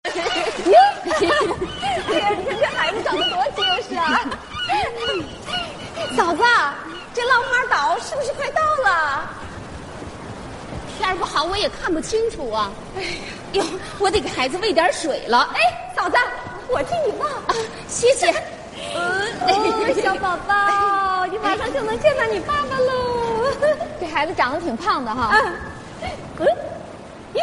哎呀，你看这孩子长得多结实啊！嫂子，啊这浪花岛是不是快到了？天儿不好，我也看不清楚啊。哎呀，哟，我得给孩子喂点水了。哎，嫂子，我替你啊抱。，谢谢。哦，小宝宝，你马上就能见到你爸爸喽。这孩子长得挺胖的哈。啊，嗯，咦，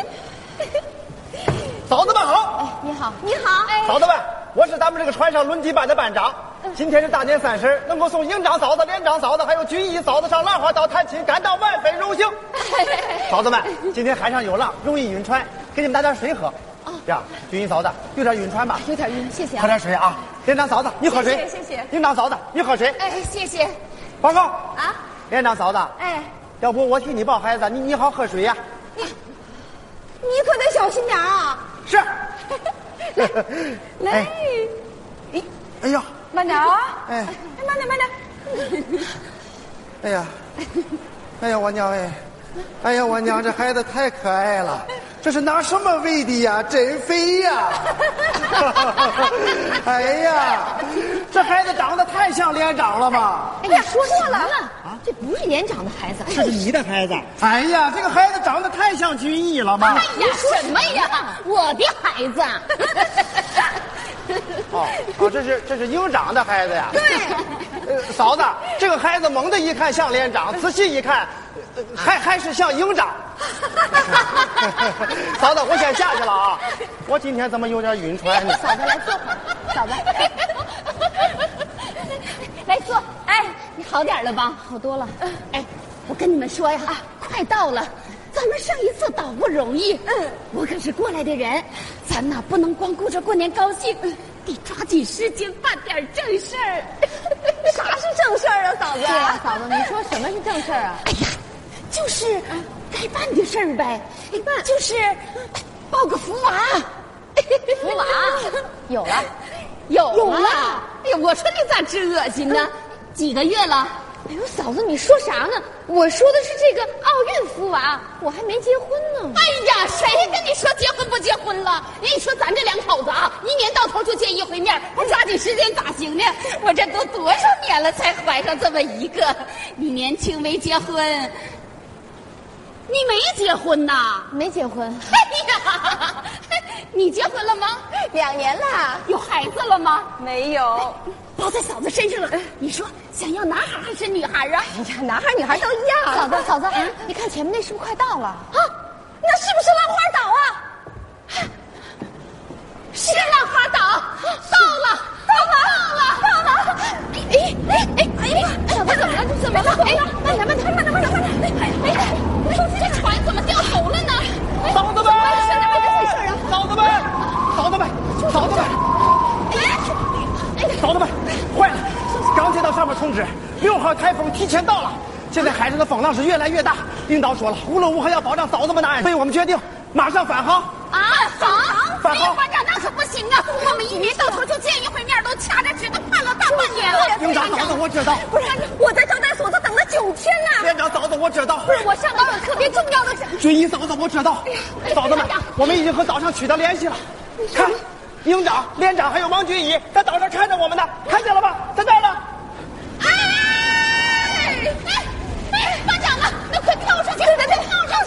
嫂子们好，你好，你好，哎，嫂子们，我是咱们这个船上轮机版的班长。嗯今天是大年三十，能够送营长嫂子、连长嫂子还有军医嫂子上浪花岛探亲，感到万分荣幸。哎嫂子们，今天海上有浪，容易晕船，给你们拿点水喝。哦这样，军医嫂子有点晕船吧？ 有点晕，谢谢喝啊。点水啊！连长嫂子，你喝水。哎谢谢谢谢营长嫂子，你喝水。哎，谢谢。报告，啊，连长嫂子，哎，要不我替你抱孩子，你你好喝水呀、你可得小心点啊。哎是。来，哎呀，慢点啊。哎，哎，慢点，慢点。哎 呀，哎呀，我娘哎，哎呀，我娘这孩子太可爱了，这是拿什么喂的呀？真肥 呀！哎呀，这孩子长得太像连长了吧？哎，你说错了啊，这不是年长的孩子。这是你的孩子？哎呀，这个孩子长得太像军艺了吧？哎呀，什么呀？我的孩子。 哦，哦，这是这是营长的孩子呀。对。呃，嫂子，这个孩子猛的一看像连长，仔细一看，呃还还是像营长。 嫂子，我先下去了啊！我今天怎么有点晕船呢？嫂子来坐会儿，嫂子。来坐，哎，你好点了吧？好多了。啊哎，我跟你们说呀，快到了，咱们上一次岛不容易。嗯，我可是过来的人，咱呐不能光顾着过年高兴，得抓紧时间办点正事 儿。啥是正事儿啊，嫂子？对呀嫂子，你说什么是正事儿 啊？哎呀，就是该办的事儿呗，就是抱个福娃。福娃有了，有了有了哎呀，我说你咋真恶心呢？几个月了？哎呦，嫂子，你说啥呢？我说的是这个奥运福娃，我还没结婚呢。哎呀，谁跟你说结婚不结婚了？人家说咱这两口子啊，一年到头就见一回面，不抓紧时间咋行呢？我这都多少年了才怀上这么一个？你年轻没结婚，你没结婚呐？没结婚，哎呀，你结婚了吗？两年啦，有孩子了吗？没有。包在嫂子身上了。你说想要男孩还是女孩啊？哎呀，男孩女孩都一样。嫂子，嫂子，嗯你看前面那是不是快到了？啊，那是不是浪花岛啊？是浪花岛，到了，到了，到了，到了！哎哎哎哎，嫂子怎么了？你怎么了？哎，慢点，慢点，慢点，慢点，慢点！哎哎，这船怎么掉头了呢？嫂子们，嫂子们，嫂子们，嫂子们，嫂子们，坏了！刚接到上面通知，六号台风提前到了。现在海上的风浪是越来越大，领导说了，无论如何要保障嫂子们的安全，所以我们决定马上返航。啊，好，哎呀，班长那可不行啊！我们一年到头就见一回面，都掐着指头盼了大半年了。营长嫂子，我知道。不是，我在招待所都等了九天了。连长嫂子，我知道。我上到有特别重要的事。军医嫂子，我知道。嫂子们哎呀，我们已经和岛上取得联系了。看，营长、连长还有王军医在岛上看着我们呢，看见了吧？在这儿呢。哎哎哎，班长啊，那快跳出去，快跳出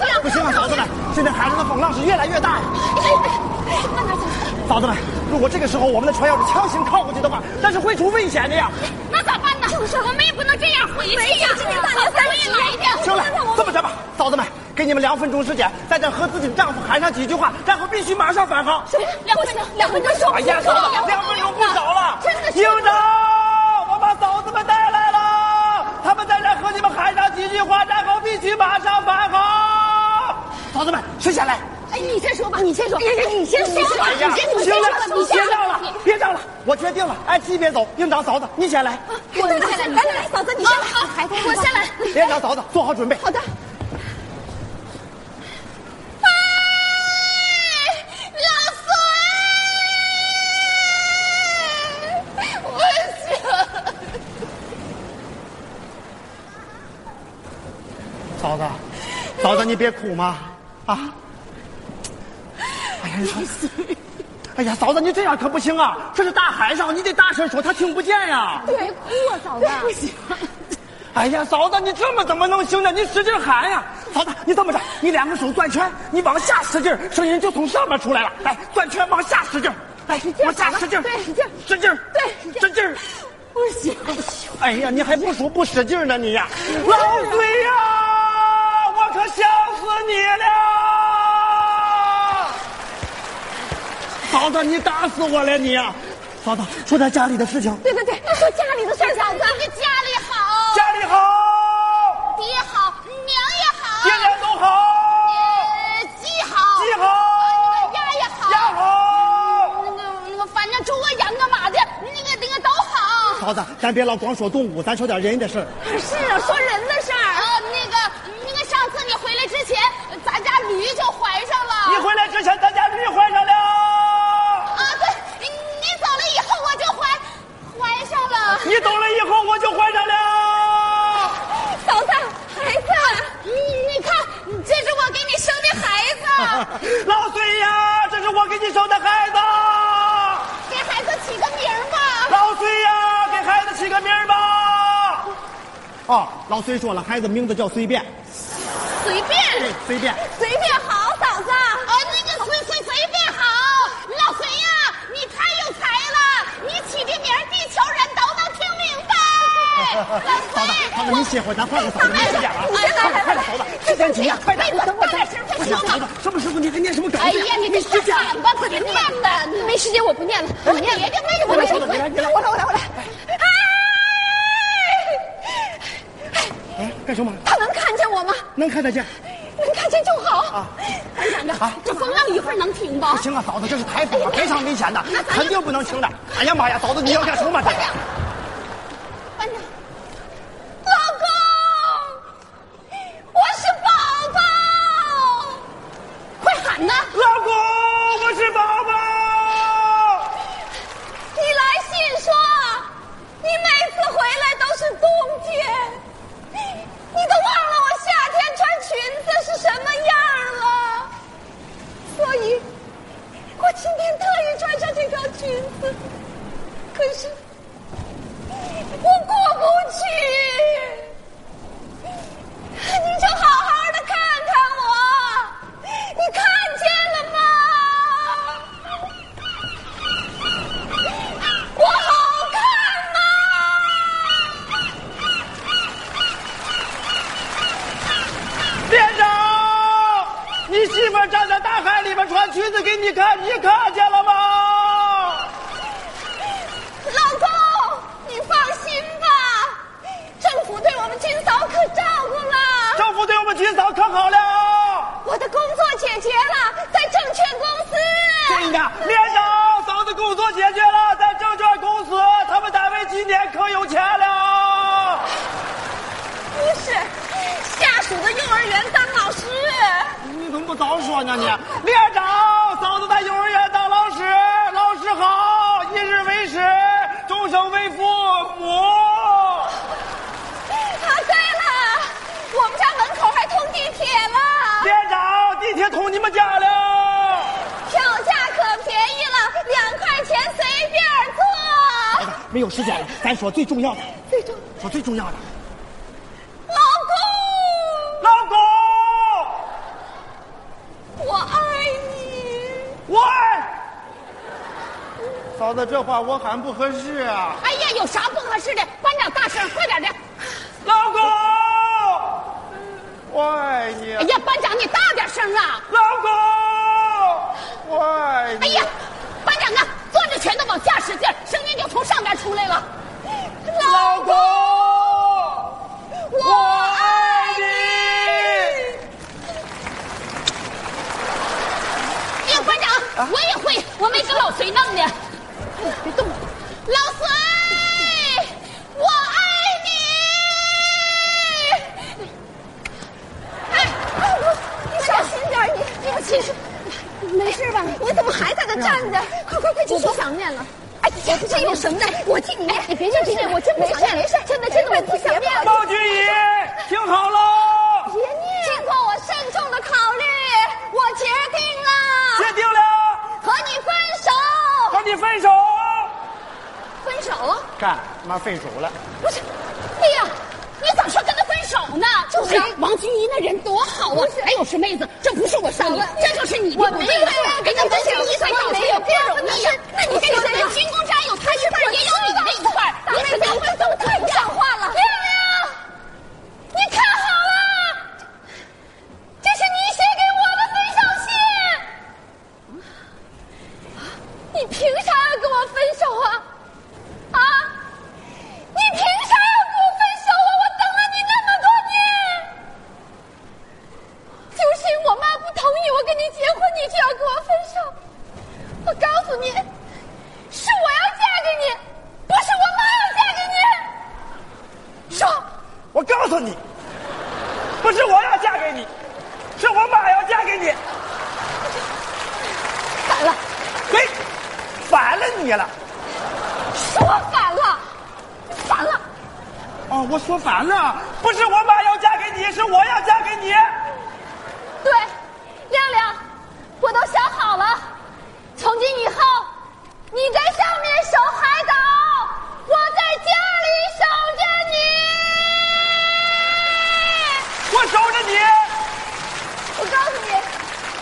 去！不行啊，嫂子们，现在海上的风浪是越来越大呀。慢点走。嫂子们，如果这个时候我们的船要是强行靠过去的话，那是会出危险的呀。那咋办呢？就是，我们也不能这样回去呀。今天大年三十来的，行了，这么着吧，嫂子们，给你们两分钟时间，在这和自己的丈夫喊上几句话，然后必须马上返航。两分钟，两分钟说。哎呀，嫂子，两分钟不少了。营长，我把嫂子们带来了，他们在这和你们喊上几句话，然后必须马上返航。嫂子们，谁先来？哎，你先说吧，你先说。你先说，哎呀，你先行了，你别先让了，别让了，我决定了，按级别走。营长，嫂子，你先来。我先来，来来来，嫂子你先来，孩子我先来。连长，嫂子，做好准备。好哎的。 嫂子，嫂子，你别哭嘛，啊！哎呀，哎呀，嫂子，你这样可不行啊！这是大海上，你得大声说，他听不见呀、别哭啊，嫂子。不行，哎呀，嫂子，你这么怎么能行呢？你使劲喊呀、嫂子，你这么着，你两个手转圈，你往下使劲，声音就从上面出来了。来，转圈往下使劲，来，往下使劲，对使劲，使劲，对使劲。不行，哎呀，你还不数不使劲呢啊你呀！老隋呀、我可想死你了！嫂子，你打死我了你呀、嫂子，说点家里的事情。对对对，说家里的事儿，嫂子，这家里好，家里好，爹好，娘也好爹娘都好，呃，鸡好，鸡好，鸭也好，鸭好。那个那个，反正猪啊、羊啊、马的，那个那个都好。嫂子，咱别老光说动物，咱说点人的事儿。是啊，说人的事儿啊，那个那个，上次你回来之前，咱家驴就怀上了。你回来之前，咱家驴怀上了。啊，对，你走了以后我就怀怀上了。你走了以后，我就怀上了。嫂子，孩子，啊你你看，这是我给你生的孩子，老隋呀，这是我给你生的孩子。给孩子起个名儿吧。老隋呀，给孩子起个名儿吧。哦，老隋说了，孩子名字叫随便，随便，对，随便。随便好，嫂子。啊，那个随随随便好，老隋呀，你太有才了，你起的名儿地球人都能听明 白。嫂老子隋，，嫂子，你歇会儿，咱换个嫂子，你别讲了。快点，嫂子，时间紧呀，快点，不行，嫂子，什么时候你还念什么稿？哎呀，你你这时间。快吧，快点念吧！没时间，我不念了，我念别别别，我来，嫂子，我来，我来，我来，我来。哎，干什么？他能看见我吗？能看得见？能看见就好。哎呀，这风浪一会儿能停吧不？行啊，嫂子，这是台风啊，非常危险的，肯定不能停的。哎呀妈呀，嫂子，你要干什么？这班长，班长，哎老公，我是宝宝，快喊呐！老公，我是宝宝。你来信说，你每次回来都是冬天，你都忘了我夏天穿裙子是什么样了，所以，我今天特意穿上这条裙子，可是我过不去。你就好好的看看我，你看见了吗？我好看吗？连长，你媳妇站在大海里边穿裙子给你看，你看见了吗？老公，你放心吧，政府对我们军嫂可照顾了，政府对我们军嫂可好了。我的工作解决了，在证券公司。对呀，连长，嫂子工作解决了，在证券公司，他们单位今年可有钱了。不是，下属的幼儿园当老师。你怎么不早说呢你？连长，嫂子在幼儿园当老师，老师好，一日为师，终生为父母。啊，对了，我们家门口还通地铁了。连长，地铁通你们家了。票价可便宜了，两块钱随便坐。没有时间了，咱说最重要的，最终，说最重要的。老公，老公，我爱你。我爱。嫂子，这话我喊不合适啊。哎呀，有啥不合适的？班长大声，快点的！老公，我爱你哎。呀，班长你大点声啊！老公，我爱哎你。呀，班长啊，攥着拳头往下使劲儿，声音就从上边出来了。老公，我爱你。哎呀，班长，我也会，我没跟老隋弄的。哎呀，别动我！老隋，我爱你。哎，你小心点你对不起。没事吧？你怎么还在那站着？快快快，我不想念了。哎呀，这有什么的？我替你，你哎别这样，我真不想念，没事，真的真的，我不想念了。包俊仪，听好了，别念！经过我慎重的考虑，我决定决了哎定了，和你分手。你分手。分手？干妈分手了，不是，哎呀，你咋说跟他分手呢？就是王君怡那人多好啊！哎呦，是妹子，这不是我说你，这就是你我没有呀，跟他分手，我没有不容易呀。那你这个人军功章有他一块，也有你那一块，你妹子分手太不像话了。亮亮，你看好了，这是你写给我的分手信。你凭啥要跟我分手啊？啊！你凭啥要跟我分手啊？我等了你那么多年，就是因为我妈不同意我跟你结婚，你就要跟我分手。我告诉你，是我要嫁给你，不是我妈要嫁给你。说，我告诉你，不是我要嫁给你，是我妈要嫁给你。 反了，嘿，哎反了你了。说反了，反了。哦，我说反了，不是我妈要嫁给你，是我要嫁给你。对，亮亮，我都想好了，从今以后，你在上面守海岛，我在家里守着你。我守着你，我告诉你，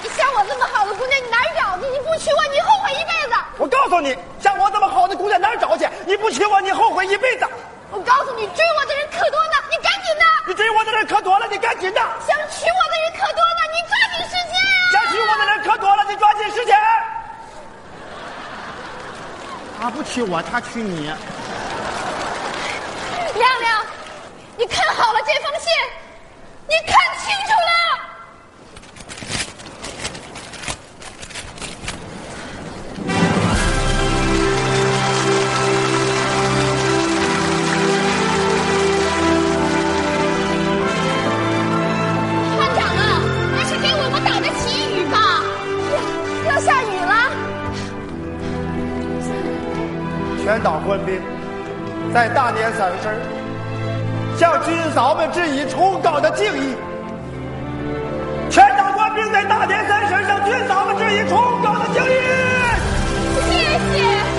你像我这么好的姑娘，你哪儿找去？你不娶我，你后悔一辈子。我告诉你，像我这么好的姑娘哪儿找去？你不娶我，你后悔一辈子。我告诉你，追我的人可多呢，你赶紧的。你追我的人可多了，你赶紧的；想娶我的人可多呢，你抓紧时间啊呀、想娶我的人可多了，你抓紧时间。他不娶我，他娶你。亮亮，你看好了 这封信，你看清楚了。船长啊，还是给我们打个旗语吧。要要下雨了，全岛官兵在大年三十儿向军嫂们致以崇高的敬意。全党官兵在大年三十向军嫂们致以崇高的敬意。谢谢。啊